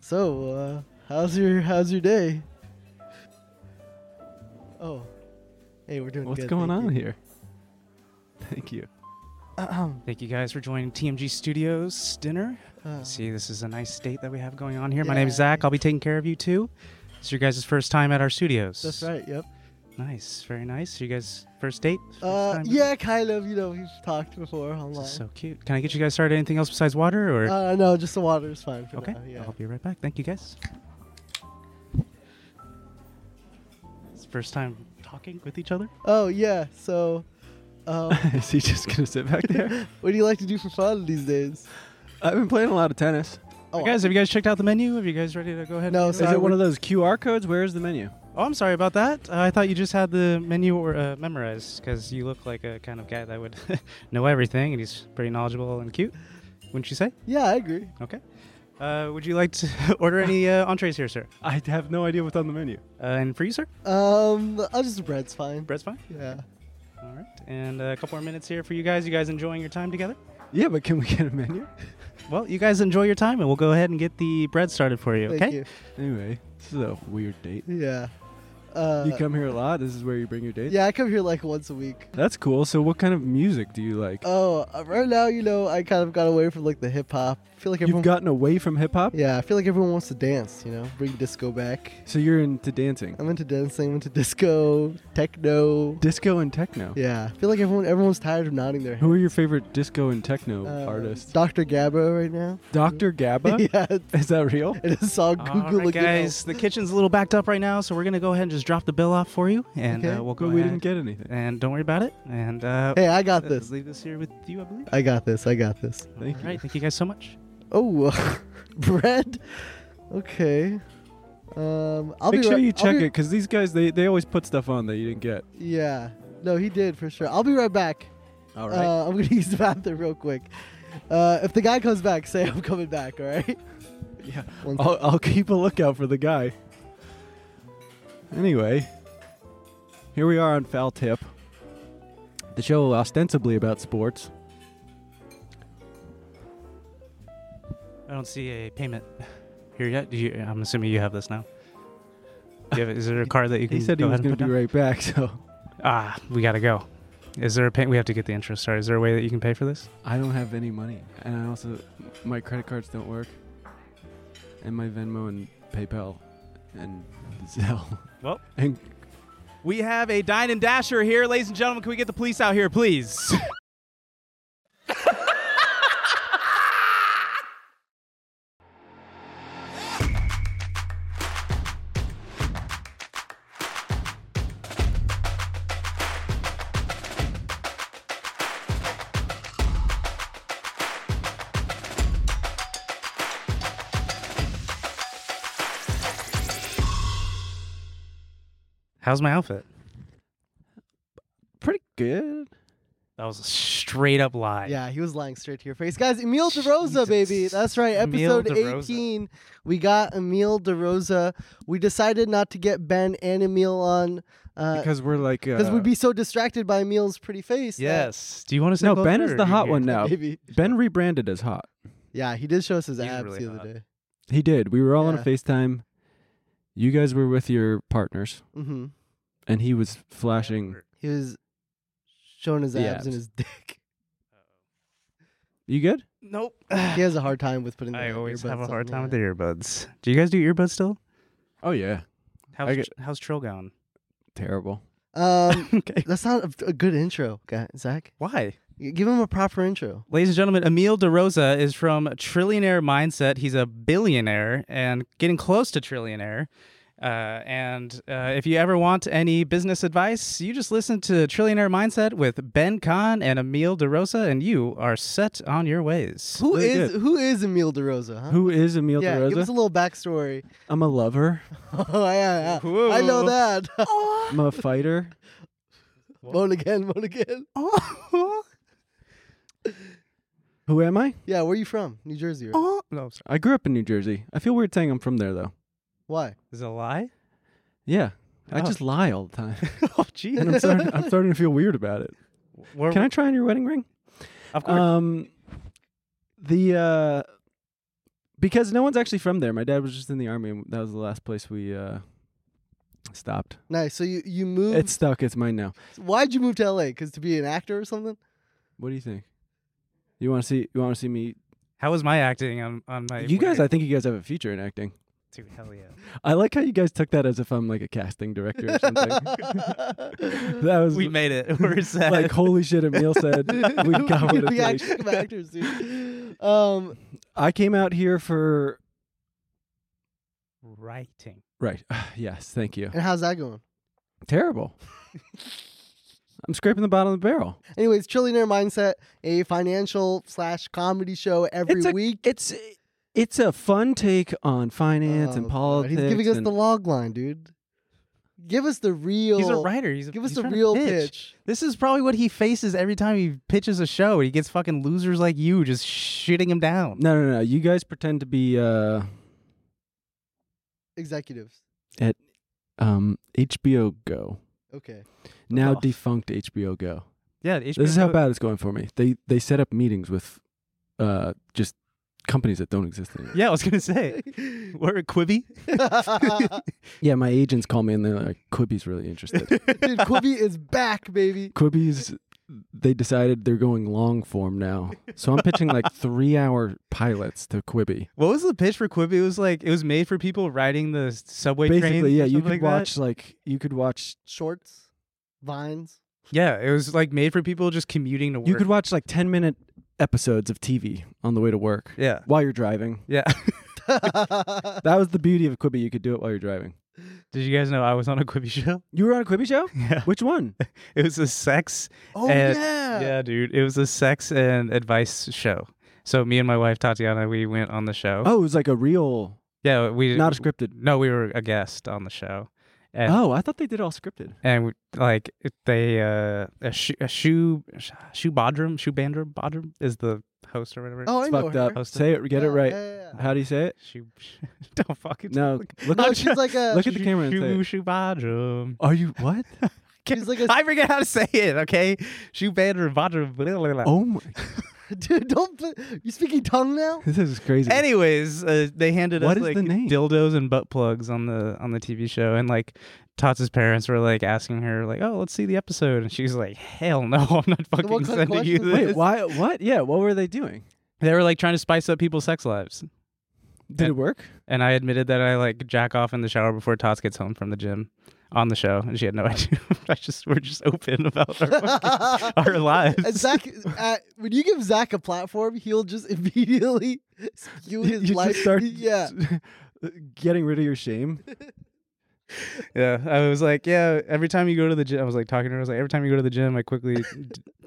So, uh, how's your how's your day? Oh, hey, we're doing. What's good, going thank on you. here? Thank you. Thank you guys for joining TMG Studios dinner. Uh, See, this is a nice state that we have going on here. My name's Yeah. Zach. I'll be taking care of you too. It's your guys' first time at our studios. That's right. Yep. Nice, very nice. You guys' first date? First Uh, time? yeah, kind of. You know, we've talked before This online. is so cute. Can I get you guys started? Anything else besides water? Or uh, no, just the water is fine for okay, now. Yeah. I'll be right back. Thank you guys. It's first time talking with each other. Oh yeah. So, um, Is he just gonna sit back there? what do you like to do for fun these days? I've been playing a lot of tennis. Oh, guys, have you guys checked out the menu? Are you guys ready to go ahead? No, and so Is it one of those QR codes? Where is the menu? Oh, I'm sorry about that. Uh, I thought you just had the menu or, uh, memorized because you look like a kind of guy that would know everything, and he's pretty knowledgeable and cute. Wouldn't you say? yeah, I agree. Okay. Uh, would you like to order any uh, entrees here, sir? I have no idea what's on the menu. Uh, and for you, sir? Um, I'll just bread's fine. Bread's fine. Yeah. All right. And uh, a couple more minutes here for you guys. You guys enjoying your time together? Yeah, but can we get a menu? Well, you guys enjoy your time, and we'll go ahead and get the bread started for you. Thank okay. you. Anyway, this is a weird date. Yeah. Uh, you come here a lot. This is where you bring your dates. yeah, I come here like once a week. That's cool. So, what kind of music do you like? Oh, uh, right now, you know, I kind of got away from like the hip hop. I feel like everyone. You've gotten away from hip hop, yeah, I feel like everyone wants to dance. You know, bring disco back. so you're into dancing, I'm into dancing. I'm into disco, techno. disco and techno. Yeah, I feel like everyone everyone's tired of nodding their head. Who are your favorite disco and techno Uh, artists? Dr. Gabba right now. Dr. Gabba? yeah, it's- Is that real? it is all Google All right, again. guys. The kitchen's a little backed up right now, so we're gonna go ahead and just drop the bill off for you, and Okay. uh, we'll go But we ahead didn't get anything. and don't worry about it. And uh, Hey, I got uh, this. Leave this here with you, I believe. I got this. I got this. Thank All you. right, thank you guys so much. Oh, bread. Okay. Um, I'll Make be sure right- you I'll check it be- because these guys they, they always put stuff on that you didn't get. Yeah. No, he did for sure. I'll be right back. All Uh, I'm gonna use the bathroom real quick. Uh, if the guy comes back, say I'm coming back. All right. yeah. One I'll, I'll keep a lookout for the guy. Anyway, here we are on Foul Tip, the show ostensibly about sports. I don't see a payment here yet. Do you, I'm assuming you have this now. Do you have, is there a card that you can? He said he go was ahead and going to put be down? right back, so Ah, we gotta go. Is there a pay? We have to get the interest. Sorry, is there a way that you can pay for this? I don't have any money, and I also my credit cards don't work, and my Venmo and PayPal and Zelle. Well. and We have a dine and dasher here, ladies and gentlemen. Can we get the police out here, please? How's my outfit? pretty good. That was a straight up lie. Yeah, he was lying straight to your face. Guys, Emil DeRosa, baby. Jesus. That's right. Emil Episode DeRosa. 18. We got Emil DeRosa. We decided not to get Ben and Emil on because Because we're like uh, we'd be so distracted by Emil's pretty face. that- Yes. Do you want to say no Ben is the hot one now. Maybe. Ben rebranded as hot. Yeah, he did show us his He's abs really the other hot. day. He did. We were all on Yeah. a FaceTime. You guys were with your partners, hmm and he was flashing. He was showing his The abs, and abs. his dick. You good? Nope. He has a hard time with putting. The I always earbuds have a on, hard time yeah. with the earbuds. Do you guys do earbuds still? Oh yeah, How's I get- how's Trill gone? terrible. Um, okay. that's not a, a good intro, guy. Zach, Why? Y- give him a proper intro. Ladies and gentlemen, Emil DeRosa is from Trillionaire Mindset. He's a billionaire and getting close to trillionaire. Uh, and uh, if you ever want any business advice, you just listen to Trillionaire Mindset with Ben Kahn and Emil DeRosa, and you are set on your ways. Who Really is good. who is Emil DeRosa? Huh? Who is Emil yeah, DeRosa? give us a little backstory. I'm a lover. Oh yeah, yeah. I know Whoa. that. I'm a fighter. vote again, vote again. Oh, Who am I? Yeah, where are you from? New Jersey. Right? No, sorry. I grew up in New Jersey. I feel weird saying I'm from there though. Why? Is it a lie? Yeah. I Oh. just lie all the time. oh, geez. and I'm starting, I'm starting to feel weird about it. We're- Can I try on your wedding ring? Of course. Um the uh because no one's actually from there. My dad was just in the army and that was the last place we uh stopped. Nice. So you you moved. It's stuck, it's mine now. Why'd you move to LA? Because to be an actor or something? What do you think? You want to see? You want to see me? how was my acting on, on my. you guys, I wedding? think you guys have a future in acting. Dude, hell yeah. I like how you guys took that as if I'm like a casting director or something. that was We made it. We're set. like, holy shit! Emil said we got what Be it act- takes. be actors, dude. Um, I came out here for writing. right. Yes, thank you. and how's that going? Terrible. I'm scraping the bottom of the barrel. Anyways, Trillionaire Mindset, a financial slash comedy show every it's a, week. It's it's a fun take on finance uh, Oh, and God. politics. He's giving us and- the log line, dude. Give us the real. He's a writer. He's a, Give us he's the trying to real pitch. pitch. This is probably what he faces every time he pitches a show. He gets fucking losers like you just shooting him down. no, no, no. You guys pretend to be uh, Executives. at um, HBO Go. Okay. now Oh. defunct HBO Go. Yeah, This is how bad it's going for me. They they set up meetings with uh just companies that don't exist anymore. Yeah, I was gonna say. We're at Quibi. yeah, my agents call me and they're like, Quibi's really interested. Dude, Quibi is back, baby. Quibi's they decided they're going long form now. So I'm pitching like three hour pilots to Quibi. What was the pitch for Quibi? It was like it was made for people riding the s- subway trains or Basically, yeah, you something could like that. watch like you could watch Shorts, vines. Yeah, it was like made for people just commuting to work. you could watch like ten minute episodes of TV on the way to work. Yeah. While you're driving. Yeah. Oh, That was the beauty of Quibi. You could do it while you're driving. Did you guys know I was on a Quibi show? You were on a Quibi show? Yeah. Which one? It was a sex oh and- yeah. Yeah, dude. It was a sex and advice show. So me and my wife Tatiana, we went on the show. Oh, it was like a real, yeah, we not a scripted. No, we were a guest on the show. And, Oh, I thought they did all scripted. and we, like it- they uh a shoe a shoe shoe bodrum shoe bandrum bodrum is the host or whatever. Oh, I It's know fucked her. up. Hosted. Say it, get it Yeah, right. yeah, yeah, yeah. How do you say it? Shoe, don't fucking No, look. No, at- she's like a. look at the camera and say. Shoe It. shoe bodrum. Are you what? She's like a- I forget how to say it. Okay, shoe bandrum bodrum. Blah, blah, blah. Oh my! dude, don't. Put, you speaking tongue now? This is crazy. Anyways, uh, they handed What is us like the name? dildos and butt plugs on the on the TV show, and like Tots' parents were like asking her like, "Oh, let's see the episode," and she's like, "Hell no, I'm not what fucking kind of sending you question this." is Wait, why? What? Yeah, what were they doing? They were like trying to spice up people's sex lives, Did it work? and I admitted that I like jack off in the shower before Tots gets home from the gym on the show, and she had no idea. I just we're just open about our, fucking- our And lives. Zach, uh, when you give Zach a platform, he'll just immediately spew his you life. just start yeah. getting rid of your shame. Yeah, I was like, yeah. Every time you go to the gym, I was like talking to her. I was like, every time you go to the gym, I quickly d-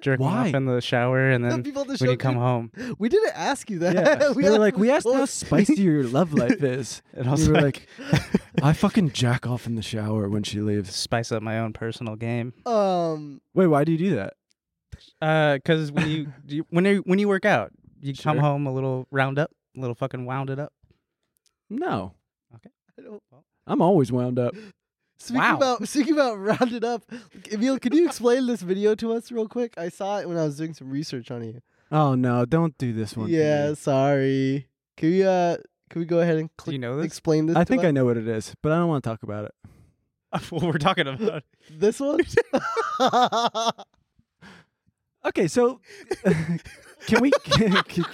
jerk Why? off in the shower, and The then people at the when show you come did- home, We didn't ask you that. Yeah, we they were only- like, we asked how spicy your love life is, and and also you were like like, I fucking jack off in the shower when she leaves. spice up my own personal game. Um, Wait, why do you do that? Because Uh, when you, do you when you when you work out, you come Sure. home a little round up, a little fucking wound it up. No, I don't- I'm always wound up. speaking Wow. about speaking about rounded up, Emil, can you explain this video to us real quick? I saw it when I was doing some research on you. Oh no, don't do this one. to me. Yeah, sorry. Can we uh, can we go ahead and Do click, you know this? explain this? I to think us? I know what it is, but I don't want to talk about it. what we're talking about? this one. Okay, so can we can, can-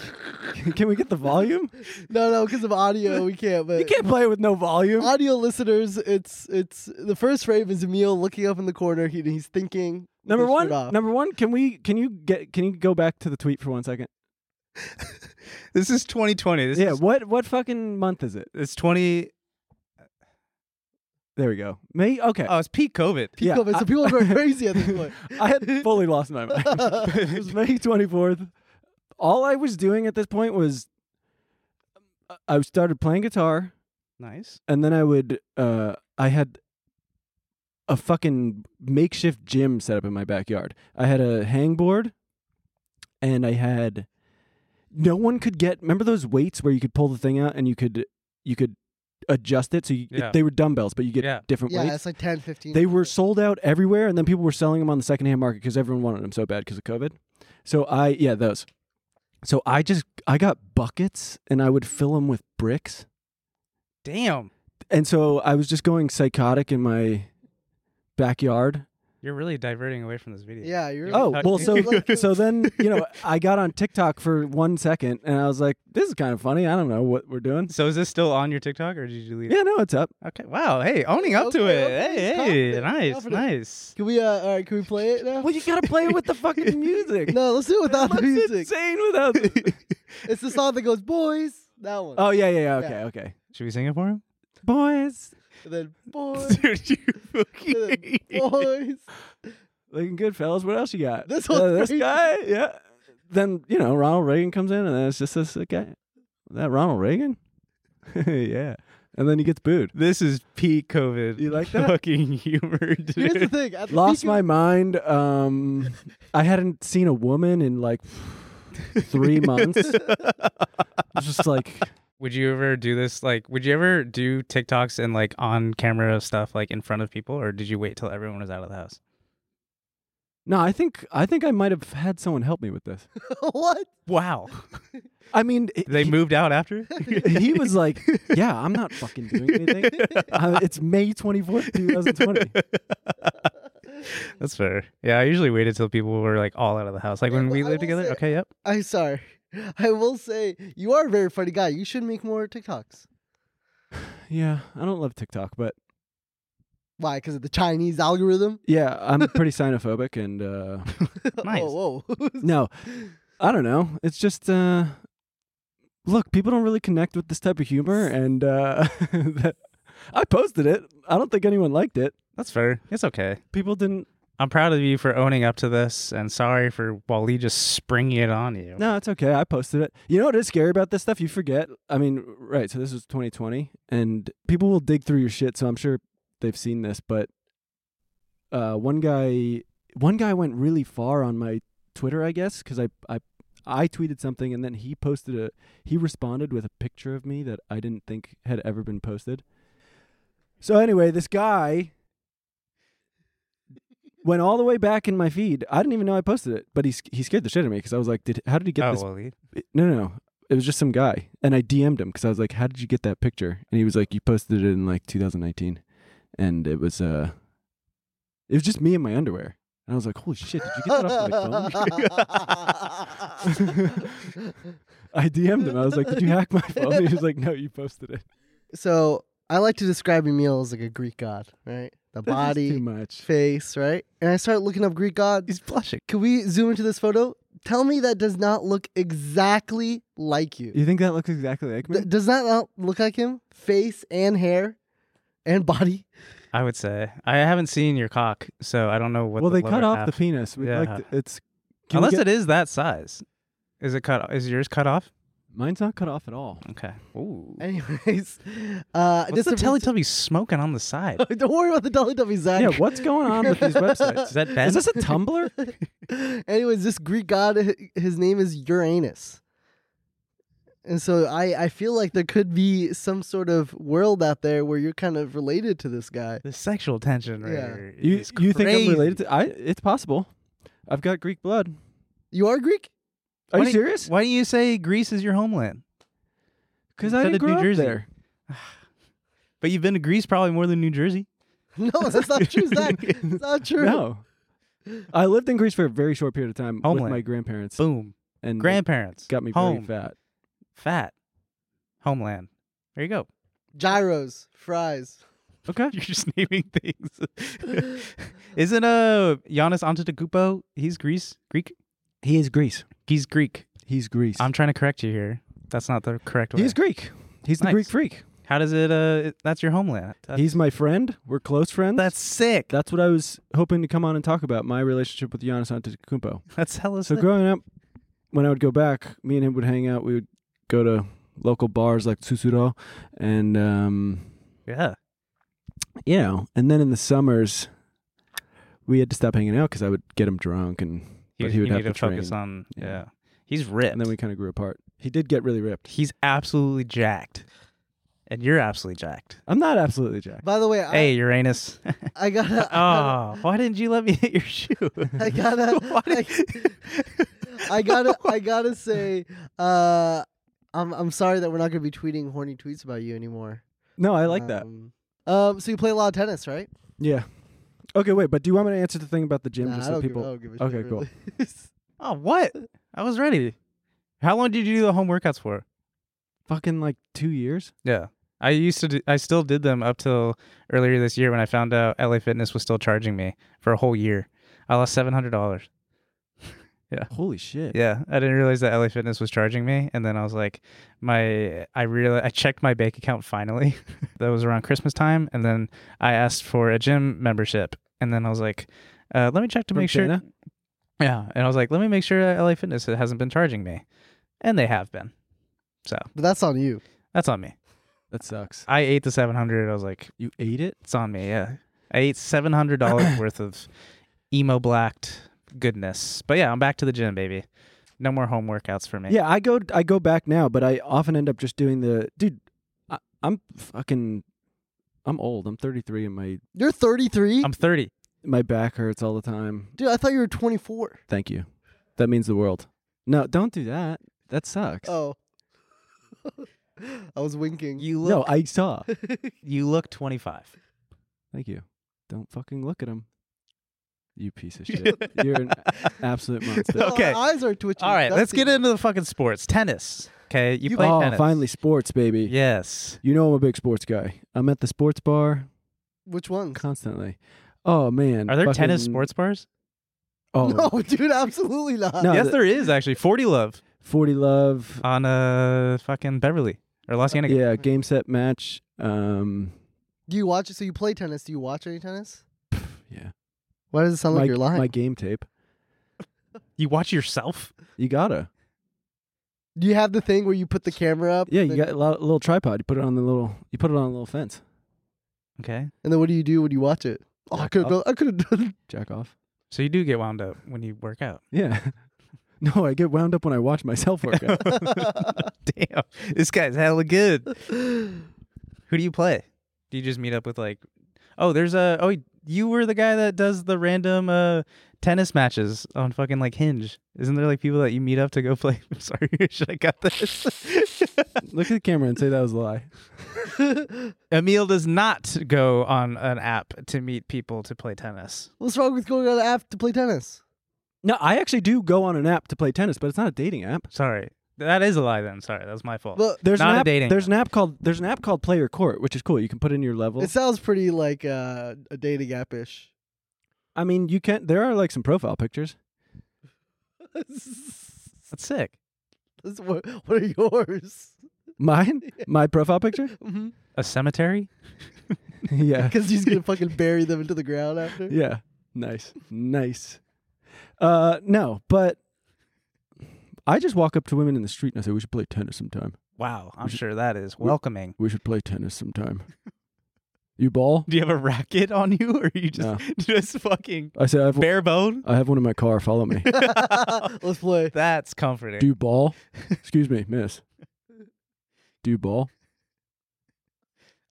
can we get the volume? no, no, because of audio, we can't. But You can't play it with no volume. audio listeners, it's it's the first frame is Emil looking up in the corner. He, he's thinking. with Number his shirt one, off. number one. Can we can you get can you go back to the tweet for one second? This is 2020. This yeah. is, What what fucking month is it? it's 20. There we go. Me? Okay. Oh, it's peak COVID. Peak Yeah, COVID. I- So people are going crazy at this point. I had fully lost my mind. it was May 24th. All I was doing at this point was uh, I started playing guitar Nice. and then I would uh I had a fucking makeshift gym set up in my backyard. I had a hangboard and I had no one could get remember those weights where you could pull the thing out and you could you could adjust it so you, Yeah. they were dumbbells but you get Yeah. different Yeah, weights. it's like 10, 15. They were sold out everywhere, and then people were selling them on the secondhand market because everyone wanted them so bad because of COVID. So I, yeah, those. So I just I got buckets, and I would fill them with bricks, Damn. and so I was just going psychotic in my backyard. You're really diverting away from this video. Yeah, you're. Oh Tuck- well, so Like- so then you know I got on TikTok for one second, and I was like, this is kind of funny. I don't know what we're doing. So is this still on your TikTok or did you delete it? Yeah, no, it's up. Okay. Wow. Hey, owning up to Okay, it. okay, Hey, hey. confident, nice. confident. Nice. Can we? Uh, all right. Can we play it now? Well, you gotta play with the fucking music. no, let's do it without the That's music. insane without. the- It's the song that goes, boys. That one. oh yeah, yeah, yeah. Okay, Yeah. okay. Should we sing it for him? Boys, And then boys. Dude, you and fucking. then boys. Looking good, fellas. What else you got? This Uh, one's this great. guy, yeah. Then you know Ronald Reagan comes in, and then it's just this guy. That Ronald Reagan, yeah. And then he gets booed. This is peak COVID. You like that? Fucking humor, dude. Here's the thing. At the Lost peak my of- mind. Um, I hadn't seen a woman in like three months. It's just like Would you ever do this? Like, would you ever do TikToks and like on camera stuff, like in front of people, or did you wait till everyone was out of the house? no. I think I think I might have had someone help me with this. what? Wow. I mean, They he, moved out after? he was like, "Yeah, I'm not fucking doing anything. Uh, it's May 24th, 2020." That's fair. Yeah, I usually waited till people were like all out of the house. Like when but we I will lived together. say- okay, yep. I'm sorry. I will say you are a very funny guy. You should make more TikToks. Yeah, I don't love TikTok, but Why? Because of the Chinese algorithm. Yeah, I'm pretty xenophobic, and uh, Nice. Oh, whoa. no, I don't know. It's just uh, look, people don't really connect with this type of humor, and uh, that, I posted it. I don't think anyone liked it. That's fair. It's okay. People didn't. I'm proud of you for owning up to this and sorry for Wally just springing it on you. No, it's okay. I posted it. You know what is scary about this stuff? You forget. I mean, right? So this was 2020, and people will dig through your shit. So I'm sure they've seen this, but uh, one guy, one guy went really far on my Twitter, I guess, because I, I, I tweeted something, and then he posted a, he responded with a picture of me that I didn't think had ever been posted. So anyway, this guy went all the way back in my feed. I didn't even know I posted it, but he sc- he scared the shit out of me because I was like, did how did he get oh, this? Wally. No, no, no. It was just some guy, and I DM'd him because I was like, how did you get that picture? And he was like, you posted it in like 2019, and it was uh, it was just me in my underwear, and I was like, holy shit, did you get that off my phone? I DM'd him. I was like, did you hack my phone? And he was like, no, you posted it. so I like to describe Emil as like a Greek god, right? The This is too body, much. face, right? And I start looking up Greek gods. He's blushing. Can we zoom into this photo? Tell me that does not look exactly like you. You think that looks exactly like me? Th- does that not look like him? Face and hair and body. I would say. I haven't seen your cock, so I don't know what well, the they cut lower off half- the penis. We'd Yeah. like to, it's can we Unless get- it is that size. Is it cut is yours cut off? Mine's not cut off at all. Okay. Ooh. Anyways, uh, this What's the Teletubby smoking on the side? Don't worry about the Teletubby, Zach. Yeah, what's going on with these websites? Is that Ben? Is this a Tumblr? Anyways, this Greek god, h- his name is Uranus. And so I, I feel like there could be some sort of world out there where you're kind of related to this guy. the sexual tension right Yeah. here You is you think I'm crazy. related to? I it's possible. I've got Greek blood. You are Greek? Are Why you don't- serious? Why don't you say Greece is your homeland? Because I instead didn't of grow New up Jersey? there. But you've been to Greece probably more than New Jersey. No, that's not true, Zach. It's not true. No, I lived in Greece for a very short period of time with Homeland. my grandparents, Boom. and it Grandparents. got me home. very fat. Fat. Homeland. There you go. Gyros, fries. Okay, You're just naming things. Isn't uh Giannis Antetokounmpo? He's Greece. Greek. he is Greece. He's Greek. He's Greece. I'm trying to correct you here. That's not the correct way. He's Greek. He's the Nice. Greek freak. How does it? Uh, it- that's your homeland. That's, He's my friend. We're close friends. that's sick. that's what I was hoping to come on and talk about my relationship with Giannis Antetokounmpo. that's hella So sick. growing up, when I would go back, me and him would hang out. We would go to local bars like Tsusuro, and um, yeah. you know, and then in the summers, we had to stop hanging out because I would get him drunk, and but he would you have need to, to focus train. on. Yeah. Yeah. He's ripped. and then we kind of grew apart. He did get really ripped. He's absolutely jacked, and you're absolutely jacked. I'm not absolutely jacked. By the way, hey, Uranus. I, I gotta. I oh, why didn't you let me hit your shoe? gotta. I Why gotta. did- I gotta I gotta say, uh I'm I'm sorry that we're not gonna be tweeting horny tweets about you anymore. No, I like that. Um, um, so you play a lot of tennis, right? Yeah. Okay, wait, but do you want me to answer the thing about the gym Nah, just I so don't give- people? I don't give a okay, shit, cool. really. oh, what? I was ready. How long did you do the home workouts for? Fucking like two years. Yeah. I used to do, I still did them up till earlier this year when I found out LA Fitness was still charging me for a whole year. I lost $700. Holy shit. Yeah, I didn't realize that LA Fitness was charging me and then I was like my I real I checked my bank account finally. that was around Christmas time and then I asked for a gym membership and then I was like uh, let me check to From make sure Dana? Yeah, and I was like let me make sure that LA Fitness hasn't been charging me. And they have been. So, But that's on you. that's on me. That sucks. I ate the 700. I was like You ate it? It's on me, yeah. I ate seven hundred dollars worth of emo blacked goodness. But yeah, I'm back to the gym, baby. No more home workouts for me. Yeah, I go I go back now, but I often end up just doing the dude. I, I'm fucking. I'm old. I'm 33, and my You're 33, I'm thirty. my back hurts all the time. dude. I thought you were 24. Thank you. That means the world. No, don't do that. That sucks. Oh, I was winking. You no, look I saw. you look twenty five. Thank you. Don't fucking look at him. You piece of shit. You're an absolute monster. Oh, okay. my eyes are twitching. All right, let's get it. into the fucking sports. Tennis. Okay, you, You- play oh, tennis. finally, sports, baby. Yes. You know I'm a big sports guy. I'm at the sports bar Which ones? constantly. Oh man, Are there tennis fucking- sports bars? Oh, No, dude, absolutely not. No, yes, the- there is actually. Forty Love Forty Love. on uh fucking Beverly or Los Angeles. yeah, game set match. Um, Do you watch? So you play tennis? Do you watch any tennis? yeah. Why does it sound my, like you're lying? my game tape. You watch yourself? You gotta. Do you have the thing where you put the camera up? Yeah, and you then- got a lot, little tripod. You put it on the little. You put it on a little fence. Okay. And then what do you do when you watch it? Oh, I Jack could have done. off. I could have done. Jack off. So you do get wound up when you work out. Yeah. no, I get wound up when I watch myself work out. Damn, this guy's hella good. Who do you play? Do you just meet up with like? Oh, there's a. Oh, you were the guy that does the random uh tennis matches on fucking like Hinge. Isn't there like people that you meet up to go play? I'm sorry, should I got this? Look at the camera and say that was a lie. Emil does not go on an app to meet people to play tennis. What's wrong with going on an app to play tennis? No, I actually do go on an app to play tennis, but it's not a dating app. Sorry, that is a lie. Then sorry, that was my fault. Well, There's Not an a app, dating There's app. an app called There's an app called Player Court, which is cool. You can put in your level. it sounds pretty like uh, a dating app ish. I mean, you can. There are like some profile pictures. That's sick. what, what are yours? Mine, my profile picture. A cemetery. yeah, Because he's gonna fucking bury them into the ground after. yeah. Nice, nice. Uh, no, but I just walk up to women in the street and I say, "We should play tennis sometime. Wow, I'm Would you- sure that is would- welcoming. We should play tennis sometime." you ball? Do you have a racket on you, or are you just No. just fucking I say, "I have, bare bone? I have one in my car. Follow me." Let's play. That's comforting. Do you ball? Excuse me, miss. Do you ball?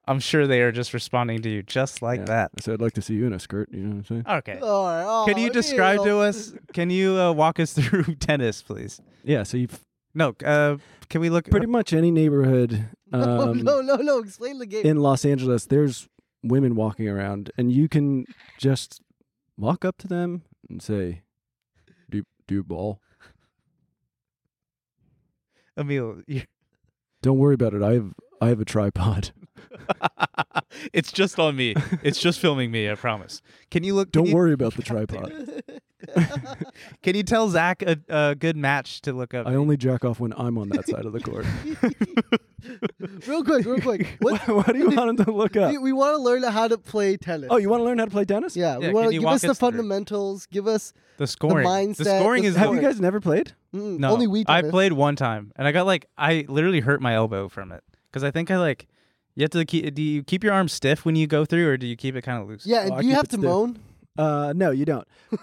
I'm sure they are just responding to you just like Yeah. that. I said, I'd like to see you in a skirt. You know what I'm Uh, saying? Okay. All right. Oh, can you describe Neil. to us? Can you uh, walk us through tennis, please? Yeah. So you have No. Uh, can we look? pretty much any neighborhood No, um, no, no, no. Explain the game. in Los Angeles, there's women walking around, and you can just walk up to them and say, "Do do you ball? Emil, you Don't worry about it. I have I have a tripod. it's just on me. It's just filming me. I promise. Can you look? can Don't you- worry about the tripod. Can you tell Zach a, a good match to look up? I only jack off when I'm on that side of the court. real quick, real quick. What, what, what do you want him to look up? we we want to learn how to play tennis. Oh, you want to learn how to play tennis? yeah, Yeah, we want can to you give walk us the us through? fundamentals. Give us the scoring. mindset, scoring the is. Have you Sure. guys never played? mm, No, only we. I tennis. played one time, and I got like I literally hurt my elbow from it because I think I like you have to keep. Do you keep your arm stiff when you go through, or do you keep it kind of loose? Yeah, and Oh, I do you keep have it to stiff. moan? Uh, no, you don't.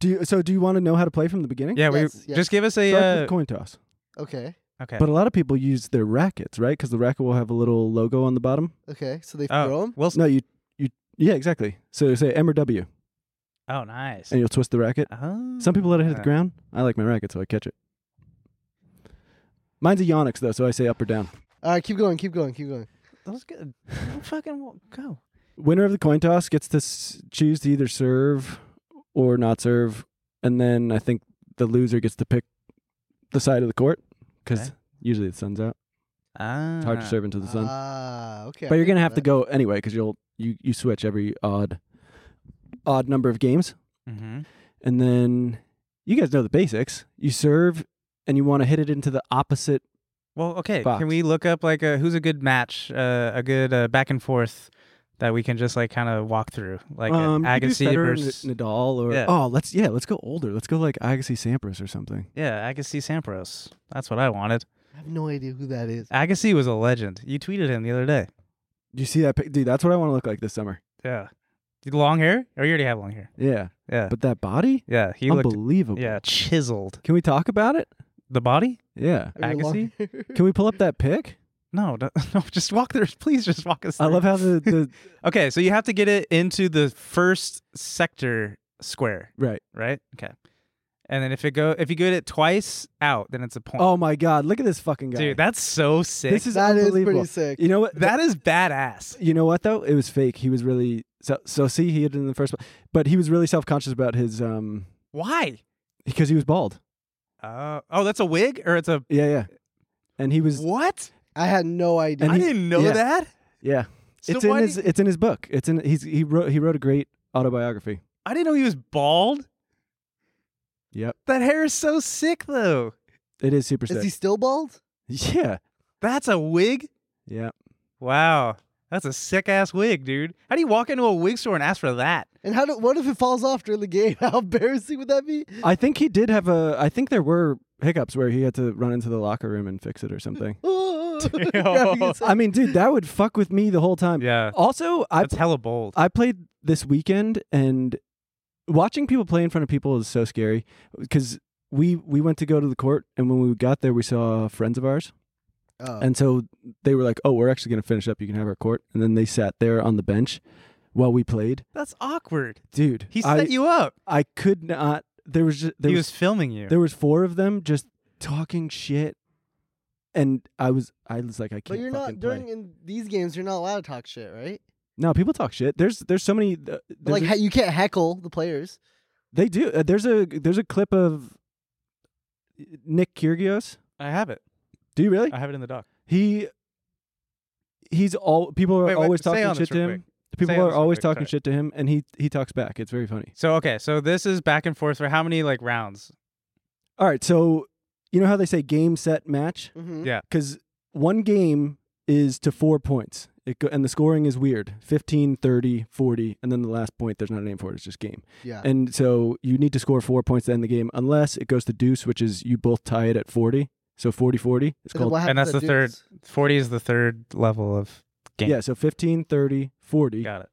do you? So do you want to know how to play from the beginning? yeah. We Yes, yes. just give us a. Start Uh, with coin toss. Okay, okay. But a lot of people use their rackets, right? Because the racket will have a little logo on the bottom. okay. So they oh, throw him. Wilson. No, you, you, yeah, exactly. So you say M or W, Oh, nice. and you'll twist the racket. Oh. Some people let it hit the Uh, ground. I like my racket, so I catch it. Mine's a Yonex though, so I say up or down. All right, keep going, keep going, keep going. That was good. fucking wa- go. Winner of the coin toss gets to s- choose to either serve or not serve, and then I think the loser gets to pick the side of the court because Okay. usually the sun's out. Ah. It's hard to serve into the sun. Ah, okay. but Uh-huh. I you're gonna get have to that. go anyway because you'll you you switch every odd odd number of games, Mm-hmm. and then you guys know the basics. You serve, and you want to hit it into the opposite. Well, okay. Box. Can we look up like a, who's a good match, uh, a good uh, back and forth that we can just like kind of walk through, like um, um, you could do Agassi Federer and versus Nadal, or Yeah. oh, let's yeah, let's go older. Let's go like Agassi, Sampras, or something. yeah Agassi Sampras. That's what I wanted. I have no idea who that is. Agassi was a legend. You tweeted him the other day. Do you see that, pic- dude? That's what I want to look like this summer. Yeah. Did long hair? Or you already have long hair. Yeah, Yeah. but that body, yeah. He looked. unbelievable. Yeah, chiseled. Can we talk about it? The body? Yeah. Are you long- Can we pull up that pic? No, no, no. Just walk through. Please, just walk us. I through. love how the, the Okay, so you have to get it into the first sector square. right. right? Okay. And then if it go if you get it twice out, then it's a point. Oh my God! Look at this fucking guy. dude, that's so sick. this is That is pretty unbelievable. sick. You know what? that is badass. You know what though? It was fake. He was really so. So see, he had it in the first, but he was really self conscious about his um Why? because he was bald. Uh, oh, that's a wig or it's a Yeah, yeah. And he was what? I had no idea. And I he- didn't know yeah. that. yeah. So it's in why his did- it's in his book. It's in he's he wrote he wrote a great autobiography. I didn't know he was bald. Yep. That hair is so sick though. It is super is he sick. still bald? Yeah. That's a wig. Yeah. Wow, that's a sick ass wig, dude. How do you walk into a wig store and ask for that? And how do, what if it falls off during the game? How embarrassing would that be? I think he did have a I think there were hiccups where he had to run into the locker room and fix it or something. Grabbing his I mean, dude, that would fuck with me the whole time. Yeah, Also, Um, I that's hella bold. I played this weekend and watching people play in front of people is so scary because we we went to go to the court and when we got there we saw friends of ours Oh. and so they were like oh we're actually going to finish up you can have our court and then they sat there on the bench while we played That's awkward. dude He set I, you up. I could not there was just, there he was, was filming you. there was four of them just talking shit and I was I was like I can't but you're fucking not during play. in these games. You're not allowed to talk shit, right? no people talk shit there's there's so many uh, there's like a- he- you can't heckle the players. They do. Uh, there's a there's a clip of Nick Kyrgios. I have it. Do you really? I have it in the dock. He he's all people are Wait, wait, always stay talking on shit this to real him. Stay on People this are real always quick, talking sorry. shit to him, and he he talks back. It's very funny. So okay, so this is back and forth for how many like rounds? All right, so you know how they say game set match Mm-hmm. Yeah. because one game is to four points. It go, and the scoring is weird 15 30 40 and then the last point there's not a name for it it's just game Yeah. and so you need to score four points to end the game unless it goes to deuce which is you both tie it at 40 so 40 40 it's then called what And happens that's the to third. dudes? Forty is the third level of game. Yeah, so 15, 30, 40. Got it.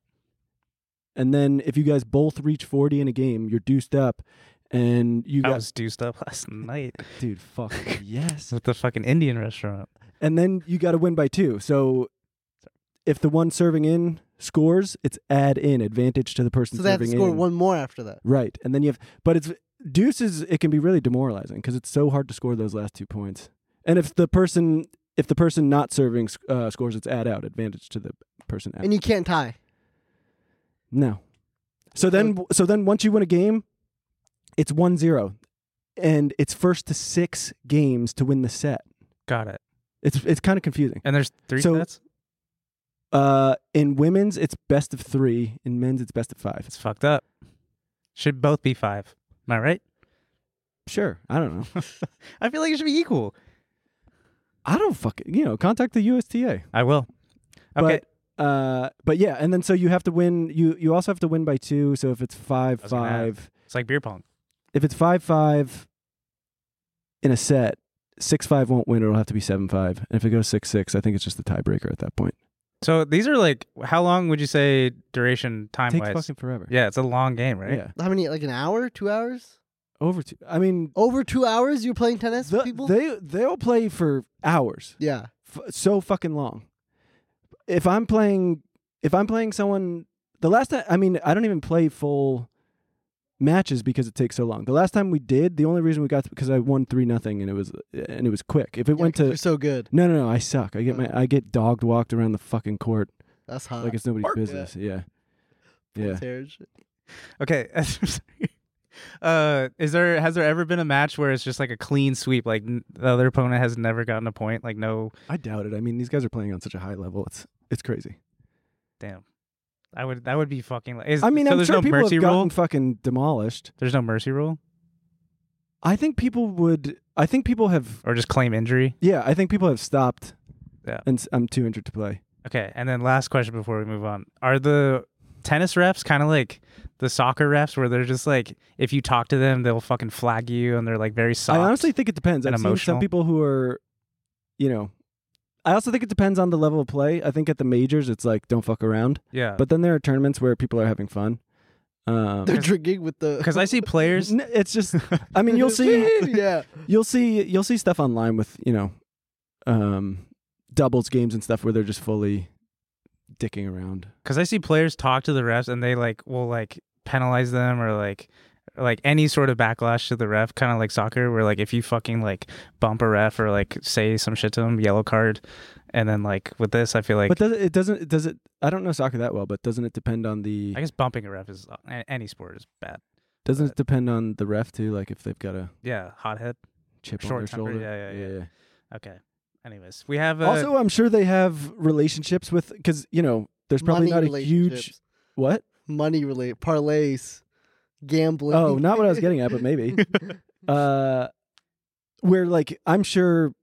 And then if you guys both reach 40 in a game, you're deuced up and you I got was deuced up last night dude, fuck. yes. at the fucking Indian restaurant. And then you got to win by 2. So if the one serving in scores, it's add in advantage to the person So they have to serving score in. one more after that. Right. And then you have but it's deuce is it can be really demoralizing cuz it's so hard to score those last two points. And if the person if the person not serving sc- uh, scores, it's add out advantage to the person out. And you can't tie. No. So then so then once you win a game, it's 1-0 and it's first to 6 games to win the set. Got it. It's it's kind of confusing. And there's three So- sets. Uh, in women's, it's best of three. In men's, it's best of five. It's fucked up. Should both be five. Am I right? Sure, I don't know. I feel like it should be equal. I don't fucking you know. Contact the USTA. I will. Okay. But, uh, but yeah, and then so you have to win. You you also have to win by two. So if it's five I was gonna ask. five, it's like beer pong. if it's five five in a set, six five won't win. It'll have to be seven five. And if it goes six six, I think it's just a tiebreaker at that point. So these are like, how long would you say duration time Takes wise? fucking forever. yeah, it's a long game, right? Yeah. How many? Like an hour? Two hours? Over two. I mean, Over two hours? You're playing tennis the- with Oh, people? they they'll play for hours. yeah. f- so fucking long. If I'm playing, if I'm playing someone, the last time, I mean, I don't even play full matches because it takes so long. The last time we did, the only reason we got to, because I won three nothing and it was and it was quick. If it Yeah, went 'cause to you're so good. no, no, no, I suck. I get my I get dogged walked around the fucking court That's Uh, hot. like it's nobody's business. Yeah, yeah. Terrence. Okay. uh, is there has there ever been a match where it's just like a clean sweep? Like n- the other opponent has never gotten a point. Like no, I doubt it. I mean, these guys are playing on such a high level. It's it's crazy. damn. I would that would be fucking. Like, is, I mean, so I'm there's sure no people have mercy gotten rule. fucking demolished. There's no mercy rule, I think people would. I think people have. or just claim injury. Yeah, I think people have stopped. Yeah. and s- I'm too injured to play. Okay, and then last question before we move on: Are the tennis refs kind of like the soccer refs, where they're just like, if you talk to them, they'll fucking flag you, and they're like very soft. I honestly think it depends. I've and seen some emotional. people who are, you know, I also think it depends on the level of play. I think at the majors, it's like don't fuck around. yeah, But then there are tournaments where people are having fun. Um, They're drinking with the. because I see players. n- it's just, I mean, you'll see, yeah. you'll see, you'll see stuff online with you know, um, doubles games and stuff where they're just fully dicking around. because I see players talk to the refs and they like will like penalize them or like or, like any sort of backlash to the ref, kind of like soccer, where like if you fucking like bump a ref or like say some shit to him, yellow card, and then like with this, I feel like but does it, it doesn't does it? I don't know soccer that well, but doesn't it depend on the I guess uh, bumping a ref is uh, a- any sport is bad. doesn't it depend on the ref too? Like if they've got a Yeah, hothead. chip on Short their temper, shoulder. yeah, yeah, yeah. Okay. Anyways, we have uh, also, I'm sure they have relationships with because you know there's probably Money not a huge relationships, what? money related parlays, gambling. Oh, not what I was getting at, but maybe uh, where like I'm sure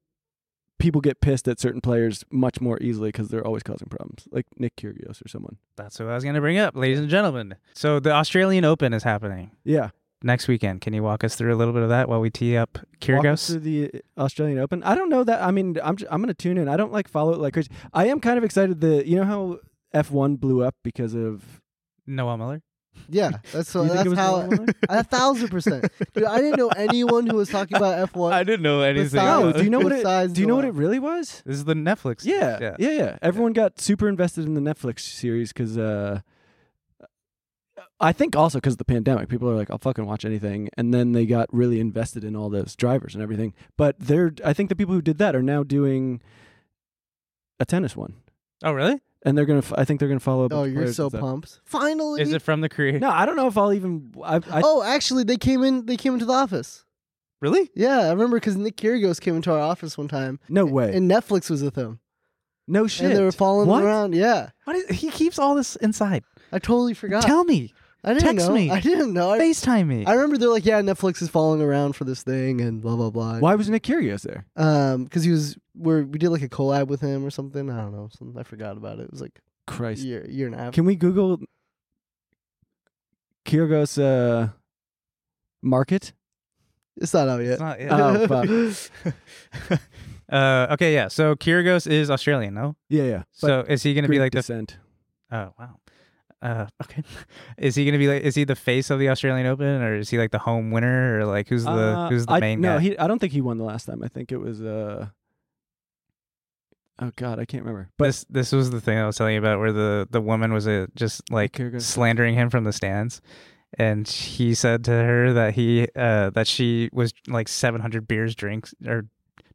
people get pissed at certain players much more easily because they're always causing problems, like Nick Kyrgios or someone. that's what I was gonna bring up, ladies and gentlemen. So the Australian Open is happening Yeah, next weekend. Can you walk us through a little bit of that while we tee up walking Kyrgios? through the uh, Australian Open. I don't know that. I mean, I'm j- I'm gonna tune in. I don't like follow it like crazy. I am kind of excited. The you know how F1 blew up because of Noah Miller. Yeah, that's Do you think it that's was how. Noah Miller? A thousand percent, dude. I didn't know anyone who was talking about F1. I didn't know anything. Besides- no. about Oh, Do you know what it? Besides Do you know what Noah. it really was? This is the Netflix. Yeah, yeah, yeah. yeah, Everyone got super invested in the Netflix series because uh, I think also because of the pandemic, people are like, "I'll fucking watch anything," and then they got really invested in all those drivers and everything. But they're, I think the people who did that are now doing a tennis one, Oh, really? and they're gonna. F- I think they're gonna follow up. oh, you're so pumped! Finally, Is it from the creator? No, I don't know if I'll even. I, I, oh, actually, they came in. They came into the office. Really? Yeah, I remember because Nick Kyrgios came into our office one time, no way. and Netflix was with him, no shit. and they were following What? him around. Yeah, What is, he keeps all this inside. I totally forgot. Tell me. I didn't text know. me. I didn't know. I, FaceTime me. I remember they're like, yeah, Netflix is following around for this thing and blah blah blah. Why was Nick Kyrgios there? Um, because he was where we did like a collab with him or something. I don't know. Something I forgot about it. It was like a Christ. year, year and a half. Can we Google Kyrgios uh, market? it's not out yet. It's not- Oh yeah. fuck! uh, okay, yeah. So Kyrgios is Australian, no? Yeah, yeah. so is he going to be like the? descent. Oh wow. Uh, okay. is he going to be like? Is he the face of the Australian Open, or is he like the home winner, or like who's the who's the Uh, I, main No, guy? he. I don't think he won the last time. I think it was. Uh, oh God, I can't remember. But this this was the thing I was telling you about, where the the woman was uh, just like Kyrgios. slandering him from the stands, and he said to her that he uh that she was like seven hundred beers drinks or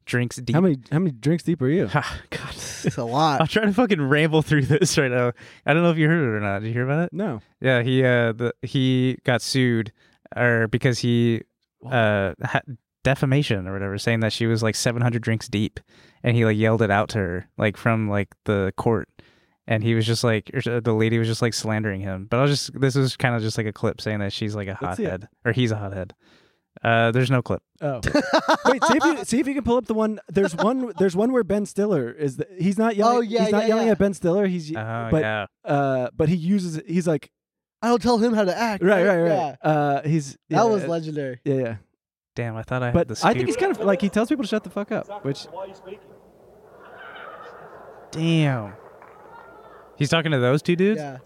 drinks deep. how many how many drinks deep are you? Ah, God, It's a lot. I'm trying to fucking ramble through this right now. I don't know if you heard it or not. Did you hear about it? No. Yeah, he er, uh the, he got sued, or because he uh ha- defamation or whatever, saying that she was like 700 drinks deep, and he like yelled it out to her like from like the court, and he was just like or the lady was just like slandering him. But I was just this was kind of just like a clip saying that she's like a Let's see it. hothead or he's a hothead. Uh, there's no clip. Oh, wait. See if, you, see if you can pull up the one. There's one. There's one where Ben Stiller is. The, he's not yelling. Oh, yeah, he's not yeah, yelling yeah. at Ben Stiller. He's. y- Oh but yeah, uh, but he uses. He's like I'll tell him how to act. right, right, right. Yeah. Uh, he's yeah, That was legendary. yeah, yeah. damn! I thought I had But the. I think he's scoop. kind of like he tells people to shut the fuck up, which damn. He's talking to those two dudes. Yeah.